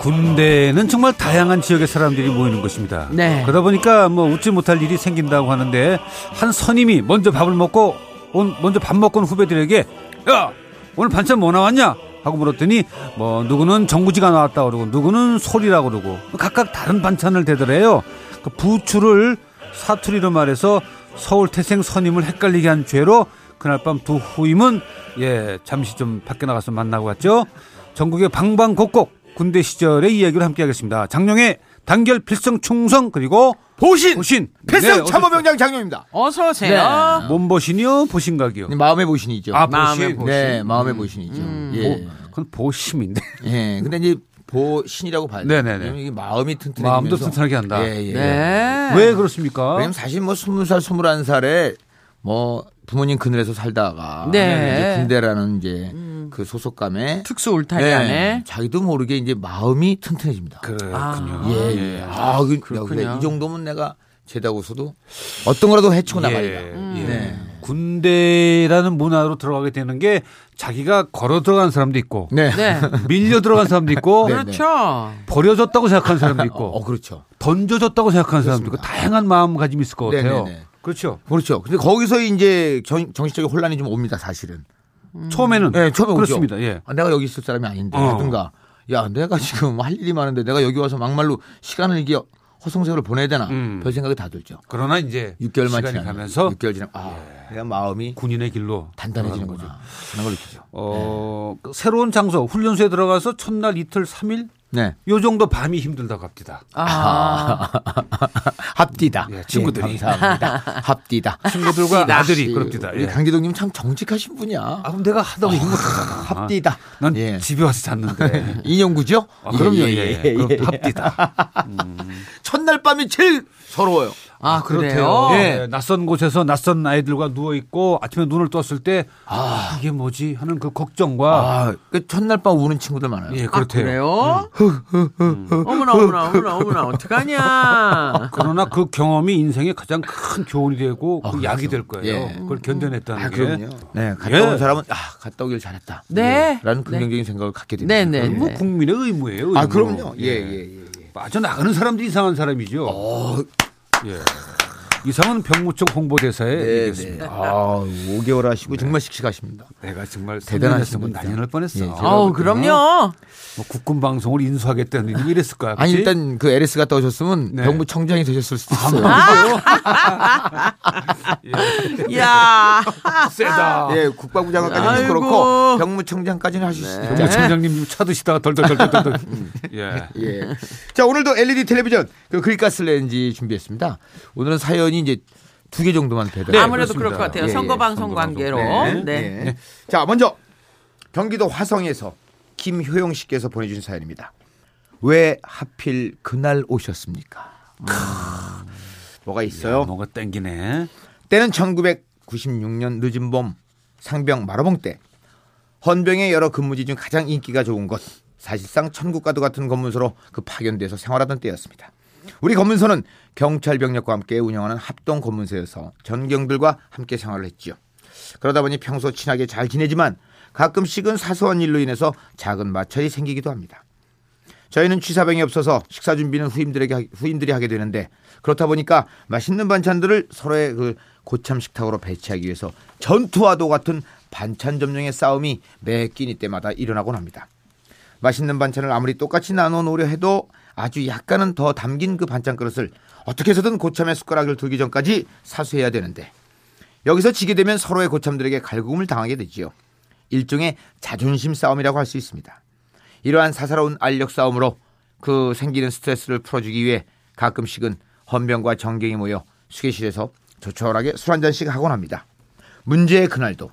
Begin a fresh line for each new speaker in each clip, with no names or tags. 군대는 정말 다양한 지역의 사람들이 모이는 곳입니다.
네.
그러다 보니까 뭐 웃지 못할 일이 생긴다고 하는데 한 선임이 먼저 밥을 먹고 온 먼저 밥 먹고 온 후배들에게 야 오늘 반찬 뭐 나왔냐 하고 물었더니 뭐 누구는 정구지가 나왔다 그러고 누구는 소리라고 그러고 각각 다른 반찬을 대더래요. 그 부추를 사투리로 말해서 서울 태생 선임을 헷갈리게 한 죄로 그날 밤 두 후임은 예 잠시 좀 밖에 나가서 만나고 갔죠. 전국의 방방곡곡 군대 시절의 이야기를 함께하겠습니다. 장룡의 단결 필승 충성 그리고
보신
보신
필승
네,
참모병장 장룡입니다.
어서오세요.
어디- 몸보신이요 보신각이요.
어? 네, 마음의 보신이죠.
아, 마음의 보신.
네, 마음의 보신이죠. 예.
보- 뭐, 그건 보심인데
예. 근데 이제 보신이라고 봐야 돼요.
네네네.
왜냐면 이게 마음이 튼튼해.
마음도 튼튼하게 한다.
예, 예.
네.
왜 그렇습니까?
왜냐면 사실 뭐 스무 살 스물한 살에 뭐 부모님 그늘에서 살다가
네.
이제 군대라는 이제
음.
그 소속감에
특수 울타리
네,
안에.
자기도 모르게 이제 마음이 튼튼해집니다.
그렇군요.
예, 예. 아, 그, 야, 그래. 이 정도면 내가 죄다고서도 어떤 거라도 헤치고 나가리라.
예,
음.
예.
네.
군대라는 문화로 들어가게 되는 게 자기가 걸어 들어간 사람도 있고
네.
네.
밀려 들어간 사람도 있고
그렇죠.
버려졌다고 생각하는 사람도 있고
어, 그렇죠.
던져졌다고 생각하는 사람도 있고 다양한 마음가짐이 있을 것 같아요.
네네네.
그렇죠.
그렇죠. 근데 거기서 이제 정, 정신적인 혼란이 좀 옵니다, 사실은.
처음에는
예, 처음에 오죠.
그렇습니다. 예.
아, 내가 여기 있을 사람이 아닌데
어.
하든가. 야, 내가 지금 할 일이 많은데 내가 여기 와서 막말로 시간을 이게 허송세월을 보내야 되나?
음.
별 생각이 다 들죠.
그러나 이제
6개월만
시간이
지나면
가면서 예.
6개월 지나 아, 내가 마음이
군인의 길로
단단해지는
들어가는
거죠. 네. 그런 걸 느끼죠.
어, 그 새로운 장소 훈련소에 들어가서 첫날 이틀 삼일
네.
요 정도 밤이 힘들다고 합니다.
아,
합디다.
예, 친구들이.
예, 감사합니다. 합디다.
친구들과
합디다.
아들이 그럽디다.
우리
예.
강기동님 참 정직하신 분이야.
아, 그럼 내가 하다 보니 힘들잖아.
합디다.
난
예.
집에 와서 잤는데.
인형구죠?
아, 그럼요. 예,
예,
그럼
예.
합디다. 음.
첫날 밤이 제일 서러워요.
아, 그래요?
그렇대요.
예.
예, 낯선 곳에서 낯선 아이들과 누워 있고 아침에 눈을 떴을 때 아, 이게 뭐지 하는 그 걱정과
아, 그 첫날 밤 우는 친구들 많아요.
예,
아,
그렇대요.
그래요? 음. 어머나, 어머나, 어머나, 어머나, 어떡하냐.
그러나 그 경험이 인생의 가장 큰 교훈이 되고 그 약이 될 거예요.
아, 예.
그걸 견뎌냈다는
아,
게.
그럼요. 네, 갔다
예.
온 사람은 아, 갔다 오길 잘했다. 예,
네.
라는
네.
긍정적인 생각을 갖게 됩니다.
네네.
뭐 국민의 의무예요. 의무.
아, 그럼요. 예, 예, 예.
빠져나가는 사람도 이상한 사람이죠.
어.
예. 이상은 병무청 홍보대사에
네,
얘기했습니다. 네.
네. 아, 5개월 하시고 정말 씩씩하십니다.
내가 정말
대단하신
대단했으면
분이다.
난리날 뻔했어.
예, 제가-
아우, 그럼요.
뭐 국군 방송을 인수하겠다는 게 이랬을 거야.
아니
그치?
일단 그 LS 갔다 오셨으면
네.
병무청장이 되셨을 수도 있어요.
야
세다.
예, 국방부 장관까지는
아이고.
그렇고 병무청장까지는 하실
네.
수도 있죠.
병무청장님 차 드시다가 덜덜덜덜덜. 예.
음. 예. 자, 오늘도 LED 텔레비전 그 그릴가스 렌즈 준비했습니다. 오늘은 사연이 이제 두 개 정도만 배달.
네,
아무래도
그렇습니다.
그럴 것 같아요.
예, 예,
선거 방송
선거 방송.
관계로.
네.
네.
네. 자, 먼저 경기도 화성에서 김효영 씨께서 보내주신 사연입니다. 왜 하필 그날 오셨습니까? 크, 뭐가 있어요?
뭔가 땡기네.
때는 1996년 늦은 봄 상병 마로봉 때 헌병의 여러 근무지 중 가장 인기가 좋은 곳 사실상 천국과도 같은 검문소로 그 파견돼서 생활하던 때였습니다. 우리 검문소는 경찰 병력과 함께 운영하는 합동 검문소여서 전경들과 함께 생활을 했지요. 그러다 보니 평소 친하게 잘 지내지만 가끔씩은 사소한 일로 인해서 작은 마찰이 생기기도 합니다. 저희는 취사병이 없어서 식사 준비는 후임들에게 하- 후임들이 하게 되는데 그렇다 보니까 맛있는 반찬들을 서로의 그 고참 식탁으로 배치하기 위해서 전투와도 같은 반찬 점령의 싸움이 매 끼니 때마다 일어나곤 합니다. 맛있는 반찬을 아무리 똑같이 나눠 놓으려 해도 아주 약간은 더 담긴 그 반찬 그릇을 어떻게 해서든 고참의 숟가락을 들기 전까지 사수해야 되는데 여기서 지게 되면 서로의 고참들에게 갈굼을 당하게 되지요. 일종의 자존심 싸움이라고 할 수 있습니다. 이러한 사사로운 알력 싸움으로 그 생기는 스트레스를 풀어주기 위해 가끔씩은 헌병과 정경이 모여 수계실에서 조촐하게 술 한 잔씩 하곤 합니다. 문제의 그날도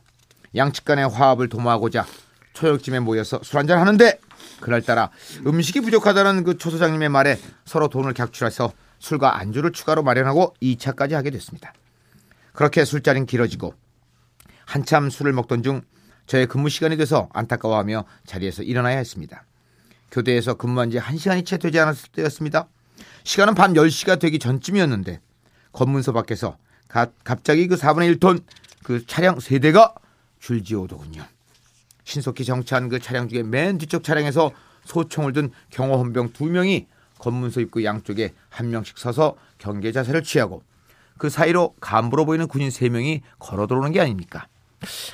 양측 간의 화합을 도모하고자 초역집에 모여서 술 한잔 하는데 그날따라 음식이 부족하다는 그 초소장님의 말에 서로 돈을 객출해서 술과 안주를 추가로 마련하고 2차까지 하게 됐습니다. 그렇게 술자리는 길어지고 한참 술을 먹던 중 저의 근무 시간이 돼서 안타까워하며 자리에서 일어나야 했습니다. 교대에서 근무한 지 1시간이 채 되지 않았을 때였습니다. 시간은 밤 10시가 되기 전쯤이었는데 검문소 밖에서 가- 갑자기 그 4분의 1톤 그 차량 세대가 줄지오더군요. 신속히 정차한 그 차량 중에 맨 뒤쪽 차량에서 소총을 든 경호 헌병 두명이 검문소 입구 양쪽에 한 명씩 서서 경계 자세를 취하고 그 사이로 간부로 보이는 군인 세명이 걸어 들어오는 게 아닙니까?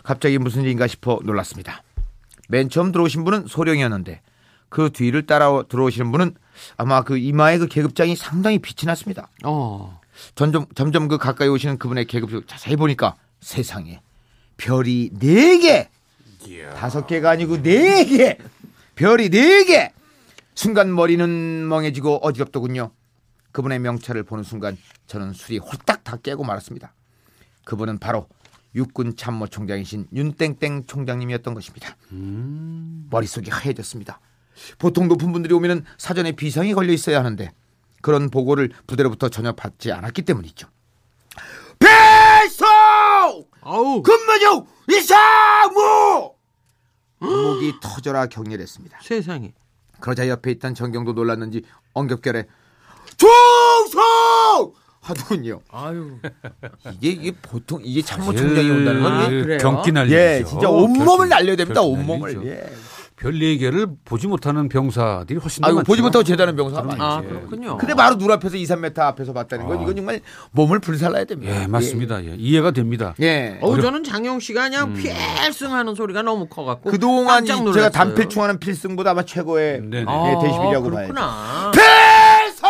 갑자기 무슨 일인가 싶어 놀랐습니다. 맨 처음 들어오신 분은 소령이었는데 그 뒤를 따라 들어오시는 분은 아마 그 이마에 그 계급장이 상당히 빛이 났습니다.
어.
점점, 점점 그 가까이 오시는 그분의 계급을 자세히 보니까 세상에 별이 네개 다섯 개가 아니고 네개 별이 네개 순간 머리는 멍해지고 어지럽더군요. 그분의 명찰을 보는 순간 저는 술이 홀딱 다 깨고 말았습니다. 그분은 바로 육군 참모총장이신 윤땡땡 총장님이었던 것입니다. 머릿속이 하얘졌습니다. 보통 높은 분들이 오면은 사전에 비상이 걸려 있어야 하는데 그런 보고를 부대로부터 전혀 받지 않았기 때문이죠. 배송
아우.
근무중 이상무 목이 터져라 격렬했습니다.
세상에.
그러자 옆에 있던 정경도 놀랐는지 엉겹결에 총성 하더군요.
아유.
이게 이게 보통 이게 참모총장이 뭐 온다는 건
아,
예,
그래요?
경기 날리죠.
예, 진짜 온몸을
경기-
날려야 됩니다.
경기
온몸을.
날리죠.
예.
별 얘기를 보지 못하는 병사들이 훨씬 더
아유
많죠.
보지 못하고 재단은 병사.
아,
많이 있어요.
그렇군요.
근데 바로 눈 앞에서 2, 3m 앞에서 봤다는 건 이건 정말 몸을 불살라야 됩니다.
예, 맞습니다. 예, 이해가 됩니다.
예. 예.
어우 저는 장영 씨가 그냥 필승하는 소리가 너무 커갖고
그동안 이-
뭐 깜짝 놀랐어요.
제가 단필충하는 필승보다 아마 최고의
네네.
예, 대십이라고 봐요.
아, 그렇구나.
필승!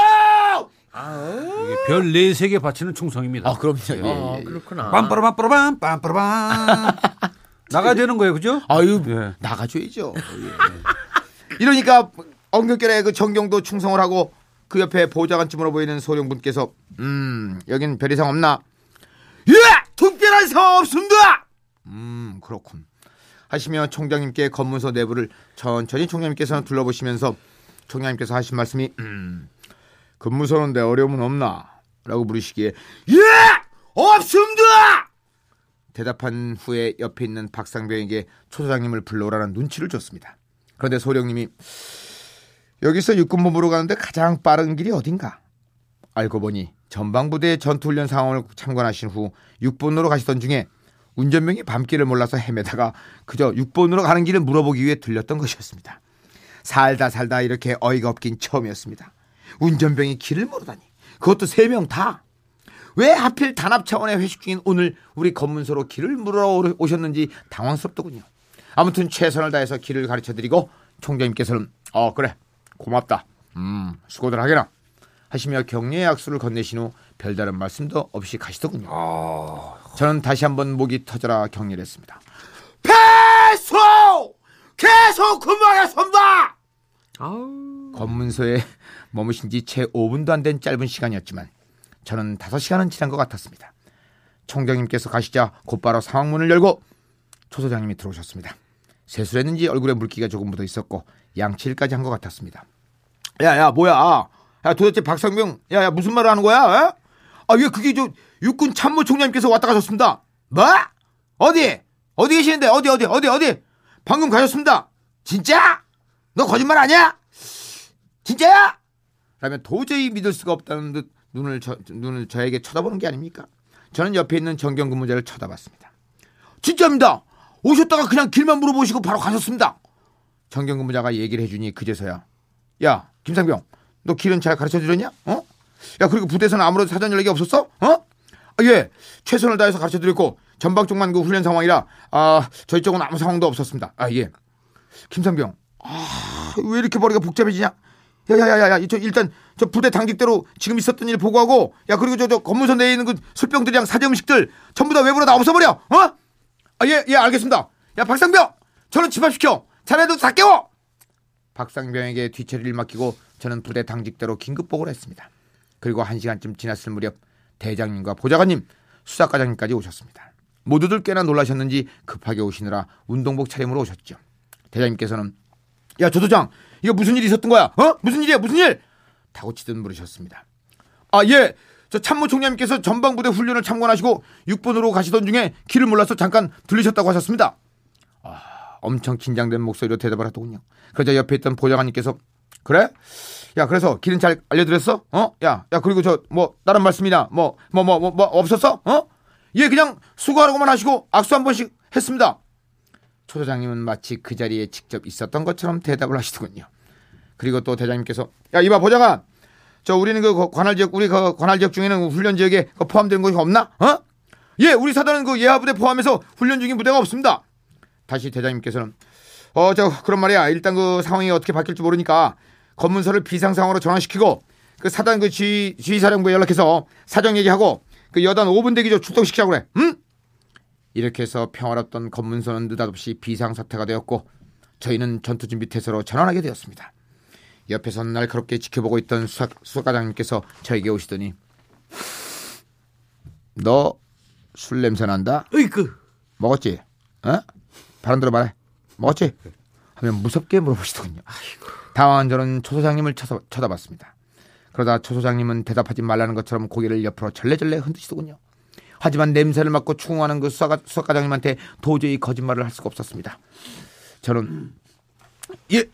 이게 별 네세개 바치는 충성입니다.
아, 그럼요. 예,
어,
예.
그렇구나.
빰빠라빰빠라빰 빰빠라빰 나가야 되는 거예요, 그죠?
아유, 뭐.
예.
나가줘야죠. 예. 이러니까 엉겹결에 그 정경도 충성을 하고 그 옆에 보좌관쯤으로 보이는 소령분께서 음, 여긴 별 이상 없나? 예! 특별한 상 없습니다! 음, 그렇군. 하시며 총장님께 검문소 내부를 천천히 총장님께서 둘러보시면서 총장님께서 하신 말씀이 음, 근무서는데 어려움은 없나? 라고 물으시기에 예! 없습니다! 대답한 후에 옆에 있는 박상병에게 초소장님을 불러오라는 눈치를 줬습니다. 그런데 소령님이 여기서 육군본부로 가는데 가장 빠른 길이 어딘가? 알고 보니 전방부대의 전투훈련 상황을 참관하신 후 6번으로 가시던 중에 운전병이 밤길을 몰라서 헤매다가 그저 6번으로 가는 길을 물어보기 위해 들렸던 것이었습니다. 살다 살다 이렇게 어이가 없긴 처음이었습니다. 운전병이 길을 모르다니. 그것도 세 명 다. 왜 하필 단합 차원의 회식 중인 오늘 우리 검문소로 길을 물어 오셨는지 당황스럽더군요. 아무튼 최선을 다해서 길을 가르쳐드리고 총장님께서는 어 그래 고맙다. 음 수고들 하게나 하시며 격려의 악수를 건네신 후 별다른 말씀도 없이 가시더군요. 저는 다시 한번 목이 터져라 격렬했습니다. 배수 계속 근무하겠습니다.
아우.
검문소에 머무신 지 채 5분도 안 된 짧은 시간이었지만 저는 5시간은 지난 것 같았습니다. 총장님께서 가시자 곧바로 상황문을 열고 초소장님이 들어오셨습니다. 세수했는지 얼굴에 물기가 조금 묻어 있었고 양치일까지 한 것 같았습니다. 야야 뭐야? 야 도대체 박상병 야야 무슨 말을 하는 거야? 아왜 그게 저 육군 참모총장님께서 왔다 가셨습니다. 뭐? 어디? 어디 계시는데 어디 어디 어디 어디? 방금 가셨습니다. 진짜? 너 거짓말 아니야? 진짜야? 라면 도저히 믿을 수가 없다는 듯 눈을 저, 눈을 저에게 쳐다보는 게 아닙니까? 저는 옆에 있는 정경 근무자를 쳐다봤습니다. 진짜입니다. 오셨다가 그냥 길만 물어보시고 바로 가셨습니다. 정경 근무자가 얘기를 해주니 그제서야 야 김상병 너 길은 잘 가르쳐 드렸냐? 어? 야 그리고 부대에서는 아무런 사전 연락이 없었어? 어? 아, 예 최선을 다해서 가르쳐 드렸고 전방 쪽만 그 훈련 상황이라 아 저희 쪽은 아무 상황도 없었습니다. 아 예. 김상병 왜 이렇게 머리가 복잡해지냐? 야야야야, 저 일단 저 부대 당직대로 지금 있었던 일 보고하고, 야 그리고 저 저 검문소 내에 있는 그 술병들이랑 사제 음식들 전부 다 외부로 다 없애버려, 어? 아, 예, 예, 알겠습니다. 야 박상병, 저는 집합시켜. 자네도 다 깨워. 박상병에게 뒤처리를 맡기고 저는 부대 당직대로 긴급 보고를 했습니다. 그리고 한 시간쯤 지났을 무렵 대장님과 보좌관님, 수사과장님까지 오셨습니다. 모두들 꽤나 놀라셨는지 급하게 오시느라 운동복 차림으로 오셨죠. 대장님께서는 야 조도장 이거 무슨 일이 있었던 거야? 어? 무슨 일이야? 무슨 일? 다고치듯 물으셨습니다. 아 예. 저 참모총장님께서 전방부대 훈련을 참관하시고 6번으로 가시던 중에 길을 몰라서 잠깐 들리셨다고 하셨습니다. 아, 엄청 긴장된 목소리로 대답을 하더군요. 그러자 옆에 있던 보좌관님께서 그래? 야 그래서 길은 잘 알려드렸어? 어? 야, 야 그리고 저 뭐 다른 말씀이나 뭐 뭐 뭐 뭐 없었어? 어? 예 그냥 수고하라고만 하시고 악수 한 번씩 했습니다. 초 소장님은 마치 그 자리에 직접 있었던 것처럼 대답을 하시더군요. 그리고 또 대장님께서 야 이봐 보좌관 저 우리는 그 거- 관할 지역 우리 그 관할 지역 중에는 훈련 지역에 그 포함된 곳이 없나? 어? 예 우리 사단은 그 예하 부대 포함해서 훈련 중인 부대가 없습니다. 다시 대장님께서는 어 저 그런 말이야 일단 그 상황이 어떻게 바뀔지 모르니까 검문서를 비상 상황으로 전환시키고 그 사단 그 지휘 지휘사령부에 연락해서 사정 얘기하고 그 여단 5분 대기조 출동시키자고 그래. 응? 이렇게 해서 평화롭던 검문소는 느닷없이 비상사태가 되었고 저희는 전투준비태세로 전환하게 되었습니다. 옆에선 날카롭게 지켜보고 있던 수사, 수사과장님께서 저에게 오시더니 너 술 냄새 난다?
으이그.
먹었지? 어? 바람 들어 말해. 먹었지? 하면 무섭게 물어보시더군요. 당황한 저는 초 소장님을 쳐서- 쳐다봤습니다. 그러다 초 소장님은 대답하지 말라는 것처럼 고개를 옆으로 절레절레 흔드시더군요. 하지만 냄새를 맡고 추궁하는 그 수사가, 수사과장님한테 도저히 거짓말을 할 수가 없었습니다. 저는 예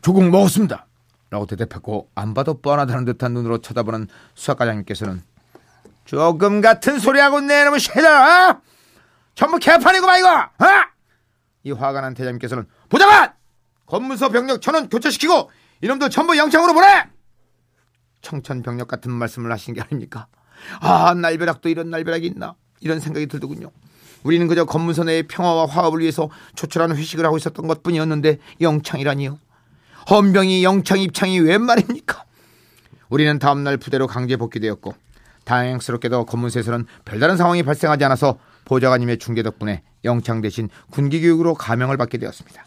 조금 먹었습니다. 라고 대답했고 안 봐도 뻔하다는 듯한 눈으로 쳐다보는 수사과장님께서는 조금 같은 소리하고 내놈의 쉐다 어? 전부 개판이구만 이거 어? 이 화가 난 대장님께서는 보좌관 검문소 병력 천원 교체시키고 이놈들 전부 영창으로 보내 청천 병력 같은 말씀을 하신 게 아닙니까 아 날벼락도 이런 날벼락이 있나 이런 생각이 들더군요 우리는 그저 검문소 내의 평화와 화합을 위해서 조촐한 회식을 하고 있었던 것뿐이었는데 영창이라니요 헌병이 영창 입창이 웬 말입니까 우리는 다음날 부대로 강제 복귀되었고 다행스럽게도 검문소에서는 별다른 상황이 발생하지 않아서 보좌관님의 중계 덕분에 영창 대신 군기 교육으로 감형을 받게 되었습니다.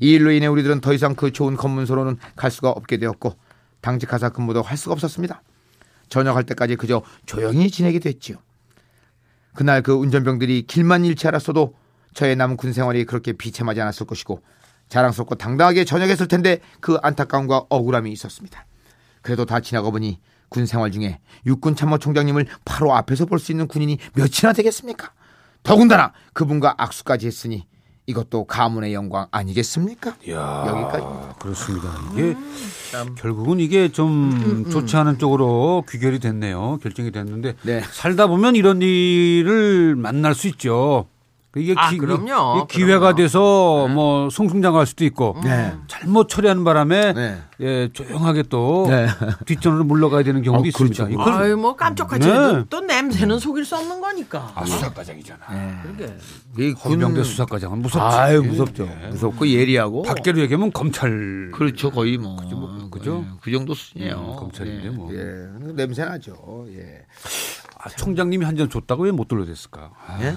이 일로 인해 우리들은 더 이상 그 좋은 검문소로는 갈 수가 없게 되었고 당직 하사 근무도 할 수가 없었습니다. 저녁할 때까지 그저 조용히 지내게 됐지요. 그날 그 운전병들이 길만 잃지 않았어도 저의 남은 군 생활이 그렇게 비참하지 않았을 것이고 자랑스럽고 당당하게 전역했을 텐데 그 안타까움과 억울함이 있었습니다. 그래도 다 지나가 보니 군 생활 중에 육군 참모총장님을 바로 앞에서 볼 수 있는 군인이 몇이나 되겠습니까? 더군다나 그분과 악수까지 했으니 이것도 가문의 영광 아니겠습니까? 여기까지.
그렇습니다.
아,
이게 결국은 이게
음,
좀 좋지 않은 쪽으로 귀결이 됐네요. 결정이 됐는데
네.
살다 보면 이런 일을 만날 수 있죠. 그러니까 이게
아, 그럼요. 네. 음.
이게 기회가
그럼요.
돼서 뭐 송승장할 수도 있고
네.
잘못 처리하는 바람에
네.
예, 조용하게 또
네.
뒷전으로 물러가야 되는 경우도
아,
있습니다.
그렇죠.
이걸-
아유 뭐 깜짝같이
네.
해도 또 냄새는 속일 수 없는 거니까.
수사과장이잖아.
그러게.
헌병대 네, 수사과장은 무섭지.
아유 무섭죠. 무섭고 예리하고.
밖으로 얘기하면 검찰.
그렇죠 거의 뭐. 그죠
그죠?
그 정도 수준이에요.
음, 검찰인데
예,
뭐.
예. 냄새 나죠. 예.
아, 총장님이 한 잔 줬다고 왜 못 돌려댔을까? 아,
예?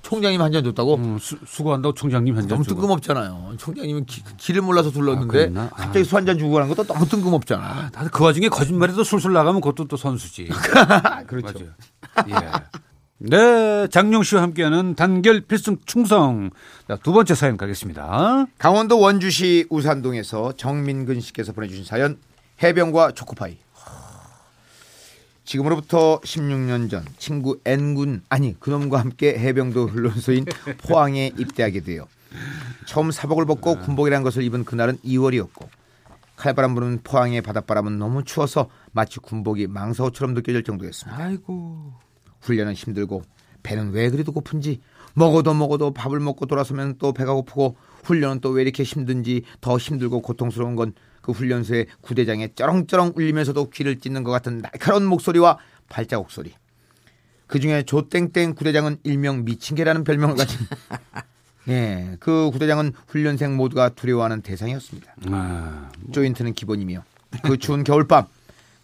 총장님 한 잔 줬다고?
음, 수, 수고한다고 총장님 한 잔
너무
주고.
뜬금없잖아요. 총장님은 기, 길을 몰라서 둘렀는데
그랬나? 아.
갑자기 술 한 잔 주고 가는 것도 너무 뜬금없잖아.
나도 그 와중에 거짓말이 또 술술 나가면 그것도 또 선수지.
그렇죠.
맞아요. 예. 네, 장용 씨와 함께하는 단결 필승 충성. 자, 두 번째 사연 가겠습니다.
강원도 원주시 우산동에서 정민근 씨께서 보내주신 사연 해병과 초코파이 지금으로부터 16년 전 친구 N군 아니 그놈과 함께 해병도 훈련소인 포항에 입대하게 돼요 처음 사복을 벗고 군복이라는 것을 입은 그날은 2월이었고 칼바람 부는 포항의 바닷바람은 너무 추워서 마치 군복이 망사옷처럼 느껴질 정도였습니다
아이고.
훈련은 힘들고 배는 왜 그리도 고픈지 먹어도 먹어도 밥을 먹고 돌아서면 또 배가 고프고 훈련은 또 왜 이렇게 힘든지 더 힘들고 고통스러운 건 그 훈련소의 구대장의 쩌렁쩌렁 울리면서도 귀를 찢는 것 같은 날카로운 목소리와 발자국 소리. 그 중에 조땡땡 구대장은 일명 미친개라는 별명을 가진 예, 그 구대장은 훈련생 모두가 두려워하는 대상이었습니다.
아,
조인트는 기본이며 그 추운 겨울밤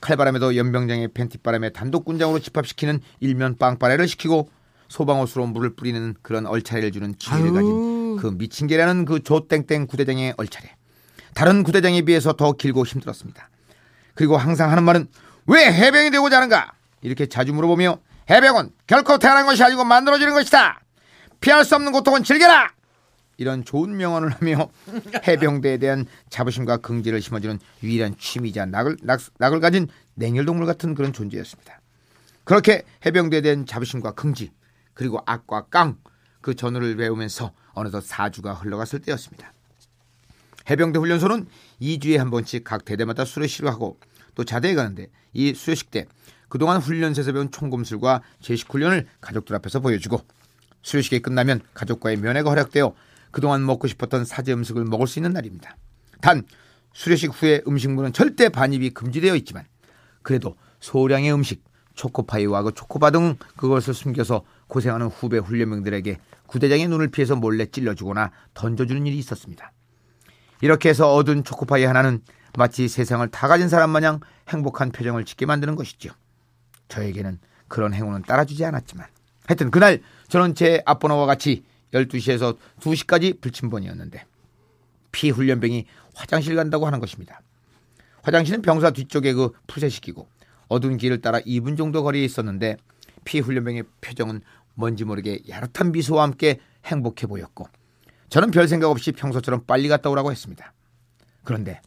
칼바람에도 연병장의 팬티바람에 단독군장으로 집합시키는 일면 빵빠레를 시키고 소방호수로 물을 뿌리는 그런 얼차례를 주는 기회를 가진 그 미친개라는 그 조땡땡 구대장의 얼차례 다른 구대장에 비해서 더 길고 힘들었습니다 그리고 항상 하는 말은 왜 해병이 되고자 하는가? 이렇게 자주 물어보며 해병은 결코 태어난 것이 아니고 만들어지는 것이다. 피할 수 없는 고통은 즐겨라. 이런 좋은 명언을 하며 해병대에 대한 자부심과 긍지를 심어주는 유일한 취미자 낙을, 낙, 낙을 가진 냉혈동물 같은 그런 존재였습니다. 그렇게 해병대에 대한 자부심과 긍지 그리고 악과 깡 그 전후를 외우면서 어느덧 4주가 흘러갔을 때였습니다. 해병대 훈련소는 2주에 한 번씩 각 대대마다 수료식을 하고 또 자대에 가는데 이 수료식 때 그동안 훈련소에서 배운 총검술과 제식 훈련을 가족들 앞에서 보여주고 수료식이 끝나면 가족과의 면회가 허락되어 그동안 먹고 싶었던 사제 음식을 먹을 수 있는 날입니다. 단 수료식 후에 음식물은 절대 반입이 금지되어 있지만 그래도 소량의 음식 초코파이와 그 초코바 등 그것을 숨겨서 고생하는 후배 훈련병들에게 구대장의 눈을 피해서 몰래 찔러주거나 던져주는 일이 있었습니다. 이렇게 해서 얻은 초코파이 하나는 마치 세상을 다 가진 사람 마냥 행복한 표정을 짓게 만드는 것이죠. 저에게는 그런 행운은 따라주지 않았지만 하여튼 그날 저는 제 앞번호와 같이 12시에서 2시까지 불침번이었는데 피훈련병이 화장실 간다고 하는 것입니다. 화장실은 병사 뒤쪽에 그 푸세시키고 어두운 길을 따라 2분 정도 거리에 있었는데 피훈련병의 표정은 뭔지 모르게 야릇한 미소와 함께 행복해 보였고 저는 별 생각 없이 평소처럼 빨리 갔다 오라고 했습니다. 그런데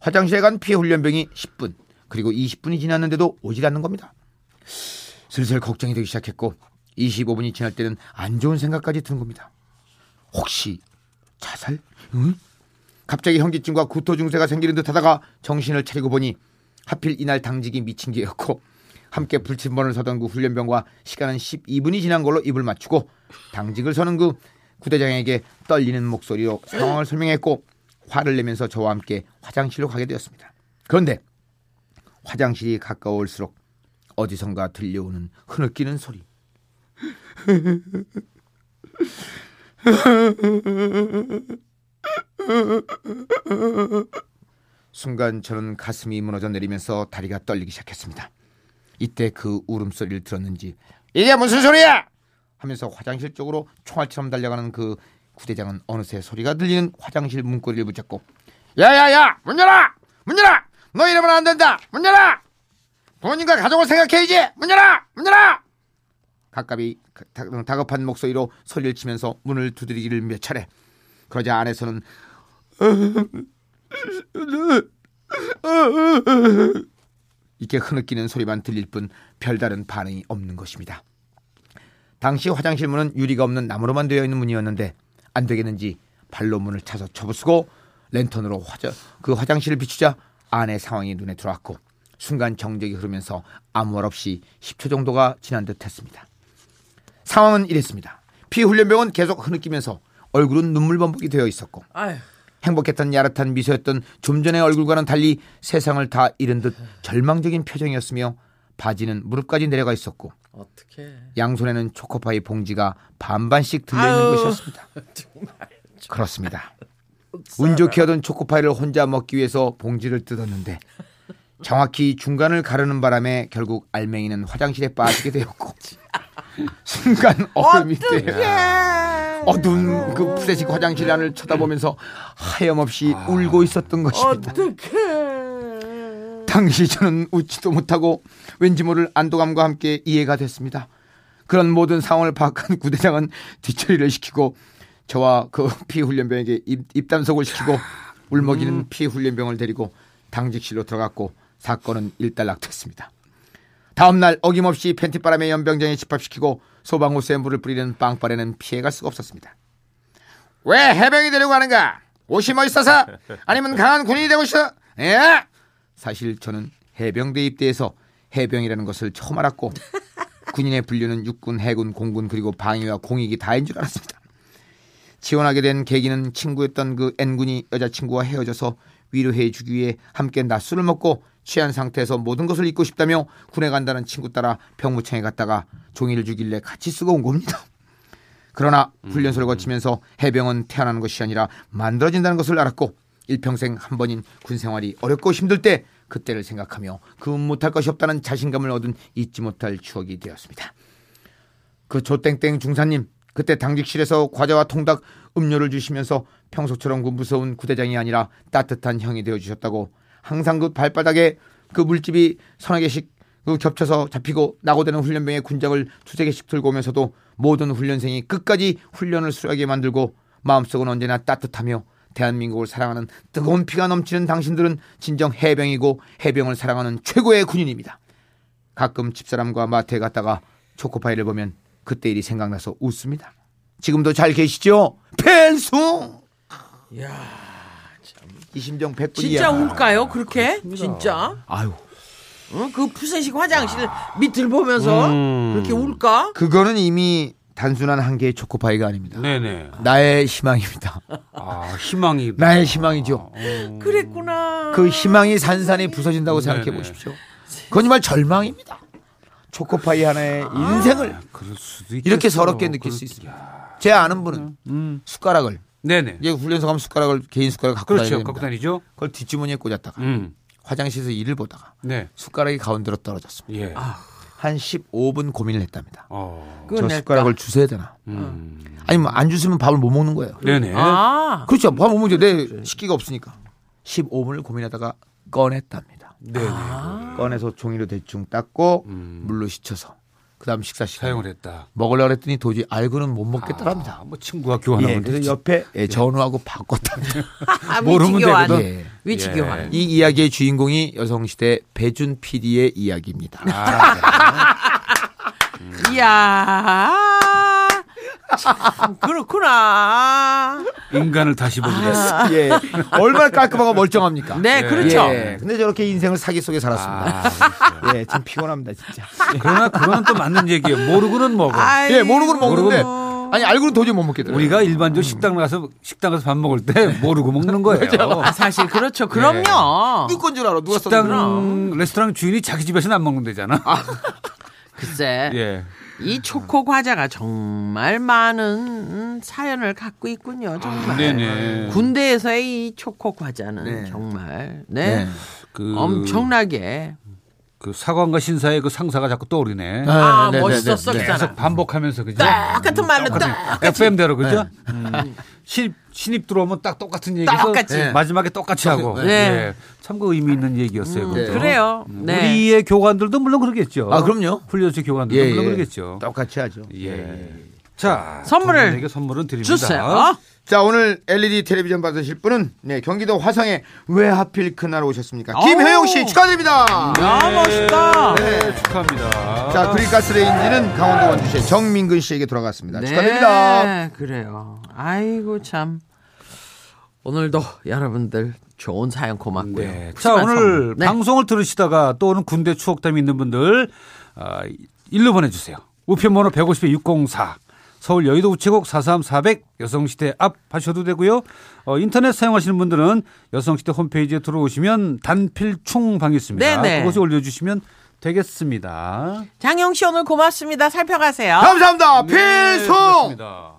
화장실에 간 피훈련병이 10분 그리고 20분이 지났는데도 오질 않는 겁니다. 슬슬 걱정이 되기 시작했고 25분이 지날 때는 안 좋은 생각까지 드는 겁니다. 혹시 자살? 응? 갑자기 현기증과 구토 증세가 생기는 듯하다가 정신을 차리고 보니 하필 이날 당직이 미친 개였고 함께 불침번을 서던 그 훈련병과 시간은 12분이 지난 걸로 입을 맞추고 당직을 서는 그 구대장에게 떨리는 목소리로 상황을 설명했고 화를 내면서 저와 함께 화장실로 가게 되었습니다. 그런데 화장실이 가까울수록 어디선가 들려오는 흐느끼는 소리. 순간 저는 가슴이 무너져 내리면서 다리가 떨리기 시작했습니다. 이때 그 울음소리를 들었는지 이게 무슨 소리야? 하면서 화장실 쪽으로 총알처럼 달려가는 그 구대장은 어느새 소리가 들리는 화장실 문고리를 붙잡고 야야야 문 열어 문 열어 너 이러면 안 된다 문 열어 본인과 가족을 생각해야지 문 열어 문 열어 가깝이 그 다- 다급한 목소리로 소리를 치면서 문을 두드리기를 몇 차례 그러자 안에서는 이렇게 흐느끼는 소리만 들릴 뿐 별다른 반응이 없는 것입니다. 당시 화장실 문은 유리가 없는 나무로만 되어 있는 문이었는데 안 되겠는지 발로 문을 차서 접어쓰고 랜턴으로 화자, 그 화장실을 비추자 안의 상황이 눈에 들어왔고 순간 정적이 흐르면서 아무 말 없이 10초 정도가 지난 듯했습니다. 상황은 이랬습니다. 피훈련병은 계속 흐느끼면서 얼굴은 눈물 범벅이 되어 있었고
아휴.
행복했던 야릇한 미소였던 좀 전의 얼굴과는 달리 세상을 다 잃은
네.
듯 절망적인 표정이었으며 바지는 무릎까지 내려가 있었고
어떻게?
양손에는 초코파이 봉지가 반반씩 들려있는
아유.
것이었습니다. 그렇습니다. 운 좋게 얻은 초코파이를 혼자 먹기 위해서 봉지를 뜯었는데 정확히 중간을 가르는 바람에 결국 알맹이는 화장실에 빠지게 되었고 순간 얼음이 되어 어두운 그 푸세식 화장실 안을 쳐다보면서 하염없이 울고 있었던 것입니다.
어떡해.
당시 저는 웃지도 못하고 왠지 모를 안도감과 함께 이해가 됐습니다. 그런 모든 상황을 파악한 구대장은 뒷처리를 시키고 저와 그 피훈련병에게 입, 입단속을 시키고 울먹이는 피훈련병을 데리고 당직실로 들어갔고 사건은 일단락됐습니다. 다음날 어김없이 팬티바람에 연병장에 집합시키고 소방호수에 물을 뿌리는 빵빠레는 피해갈 수가 없었습니다. 왜 해병이 되려고 하는가? 옷이 멋있어서? 아니면 강한 군인이 되고 싶어? 예? 사실 저는 해병대 입대에서 해병이라는 것을 처음 알았고 군인의 분류는 육군, 해군, 공군 그리고 방위와 공익이 다인 줄 알았습니다. 지원하게 된 계기는 친구였던 그 N군이 여자친구와 헤어져서 위로해주기 위해 함께 낮술을 먹고 취한 상태에서 모든 것을 잊고 싶다며 군에 간다는 친구 따라 병무청에 갔다가 종이를 주길래 같이 쓰고 온 겁니다. 그러나 훈련소를 거치면서 해병은 태어나는 것이 아니라 만들어진다는 것을 알았고 일평생 한 번인 군 생활이 어렵고 힘들 때 그때를 생각하며 그 못할 것이 없다는 자신감을 얻은 잊지 못할 추억이 되었습니다. 그 조땡땡 중사님 그때 당직실에서 과자와 통닭 음료를 주시면서 평소처럼 그 무서운 구대장이 아니라 따뜻한 형이 되어 주셨다고 항상 그 발바닥에 그 물집이 서너 개씩 그 겹쳐서 잡히고 낙오되는 훈련병의 군장을 두세 개씩 들고 오면서도 모든 훈련생이 끝까지 훈련을 수하게 만들고 마음속은 언제나 따뜻하며 대한민국을 사랑하는 뜨거운 피가 넘치는 당신들은 진정 해병이고 해병을 사랑하는 최고의 군인입니다. 가끔 집사람과 마트에 갔다가 초코파이를 보면 그때 일이 생각나서 웃습니다. 지금도 잘 계시죠? 펜수! 이 심정 100분이야.
진짜 울까요? 그렇게? 진짜?
아유.
응? 그 푸세식 화장실 밑을 보면서 그렇게 울까?
그거는 이미 단순한 한 개의 초코파이가 아닙니다.
네네.
나의 희망입니다.
아 희망이.
나의 희망이죠.
그랬구나.
그 희망이 산산이 부서진다고 생각해
네네.
보십시오. 그건 정말 절망입니다. 초코파이 하나의 인생을
그럴 수도 있.
이렇게 서럽게 느낄 수 있습니다. 제 아는 분은 숟가락을
네네.
이제 훈련소 가면 숟가락을 개인 숟가락 갖고
그렇죠.
다니는
갖고 다니죠.
그걸 뒷주머니에 꽂았다가
음.
화장실에서 일을 보다가
네.
숟가락이 가운데로 떨어졌습니다.
예.
한 15분 고민을 했답니다.
어.
저
그건
숟가락을 주셔야 되나?
음.
아니면 안 주시면 밥을 못 먹는 거예요.
네네.
아,
그렇죠. 밥못 먹죠. 내 식기가 없으니까. 15분을 고민하다가 꺼냈답니다.
네네. 음.
꺼내서 종이로 대충 닦고 물로 씻어서 그다음 식사 시간
사용을 했다.
먹으려고 했더니 도저히 알고는 못 먹겠더랍니다.
아, 뭐 친구와
예,
교환하면
그래서
되지.
옆에 예, 전우하고 바꿨답니다.
아
모르면
위치교환.
되거든.
예.
위치교환.
이 이야기의 주인공이 여성시대 배준 PD의 이야기입니다.
이야. 참, 그렇구나.
인간을 다시 보게 됐어.
예. 얼마나 깔끔하고 멀쩡합니까?
네, 그렇죠.
예. 근데 저렇게 인생을 사기 속에 살았습니다. 예, 지금 피곤합니다, 진짜.
예, 그러나 그거는 또 맞는 얘기예요. 모르고는 먹어.
아이,
예, 모르고는 먹는데
네. 모르고.
아니 알고는 도저히 못 먹겠더라고요.
네. 우리가 일반적으로
음.
식당 가서 식당 가서 밥 먹을 때
네.
모르고 먹는 거예요.
아, 사실 그렇죠. 그럼요.
누구 건줄 알아? 누가 썼나?
식당 레스토랑 주인이 자기 집에서는 안 먹는 데잖아.
글쎄
예.
이 초코 과자가 정말 많은 음, 사연을 갖고
아,
있군요. 정말.
네네.
군대에서의 이 초코 과자는
네.
정말 네,
네.
그
엄청나게
그 사관과 신사의 그 상사가 자꾸 떠오르네.
네,
아
네, 네,
멋있었어
네, 네.
그잖아.
계속 반복하면서 그죠?
똑같은 말로 딱 네.
FM대로 그죠? 음. 신입 신입 들어오면 딱 똑같은 얘기해서
똑같이.
예. 마지막에 똑같이 하고.
네.
참 그 의미 있는 얘기였어요. 그것도.
그래요.
음.
네.
우리의 교관들도 물론 그러겠죠.
아, 그럼요.
훈련소 교관들도
예,
물론 그러겠죠.
예, 똑같이 하죠.
예. 자,
선물을
두 분에게 선물은 드립니다.
주세요.
자 오늘 LED 텔레비전 받으실 분은 네 경기도 화성에 왜 하필 그날 오셨습니까? 김혜영 씨 축하드립니다.
아 어? 멋있다.
네, 축하합니다.
자 그린가스레인지는 강원도 원주시 정민근 씨에게 돌아갔습니다.
네,
축하드립니다.
그래요. 아이고 참 오늘도 여러분들 좋은 사연 고맙고요.
네. 자,
푸짐한
오늘
선물. 네.
방송을 들으시다가 또 오는 군대 추억담이 있는 분들 아, 일로 보내주세요. 우편번호 150에 604 서울 여의도 우체국 43400 여성시대 앞 하셔도 되고요. 어, 인터넷 사용하시는 분들은 여성시대 홈페이지에 들어오시면 단필충 방이 있습니다.
네네.
그곳에 올려주시면 되겠습니다.
장영 씨 오늘 고맙습니다. 살펴가세요.
감사합니다. 필수.
네, 그렇습니다.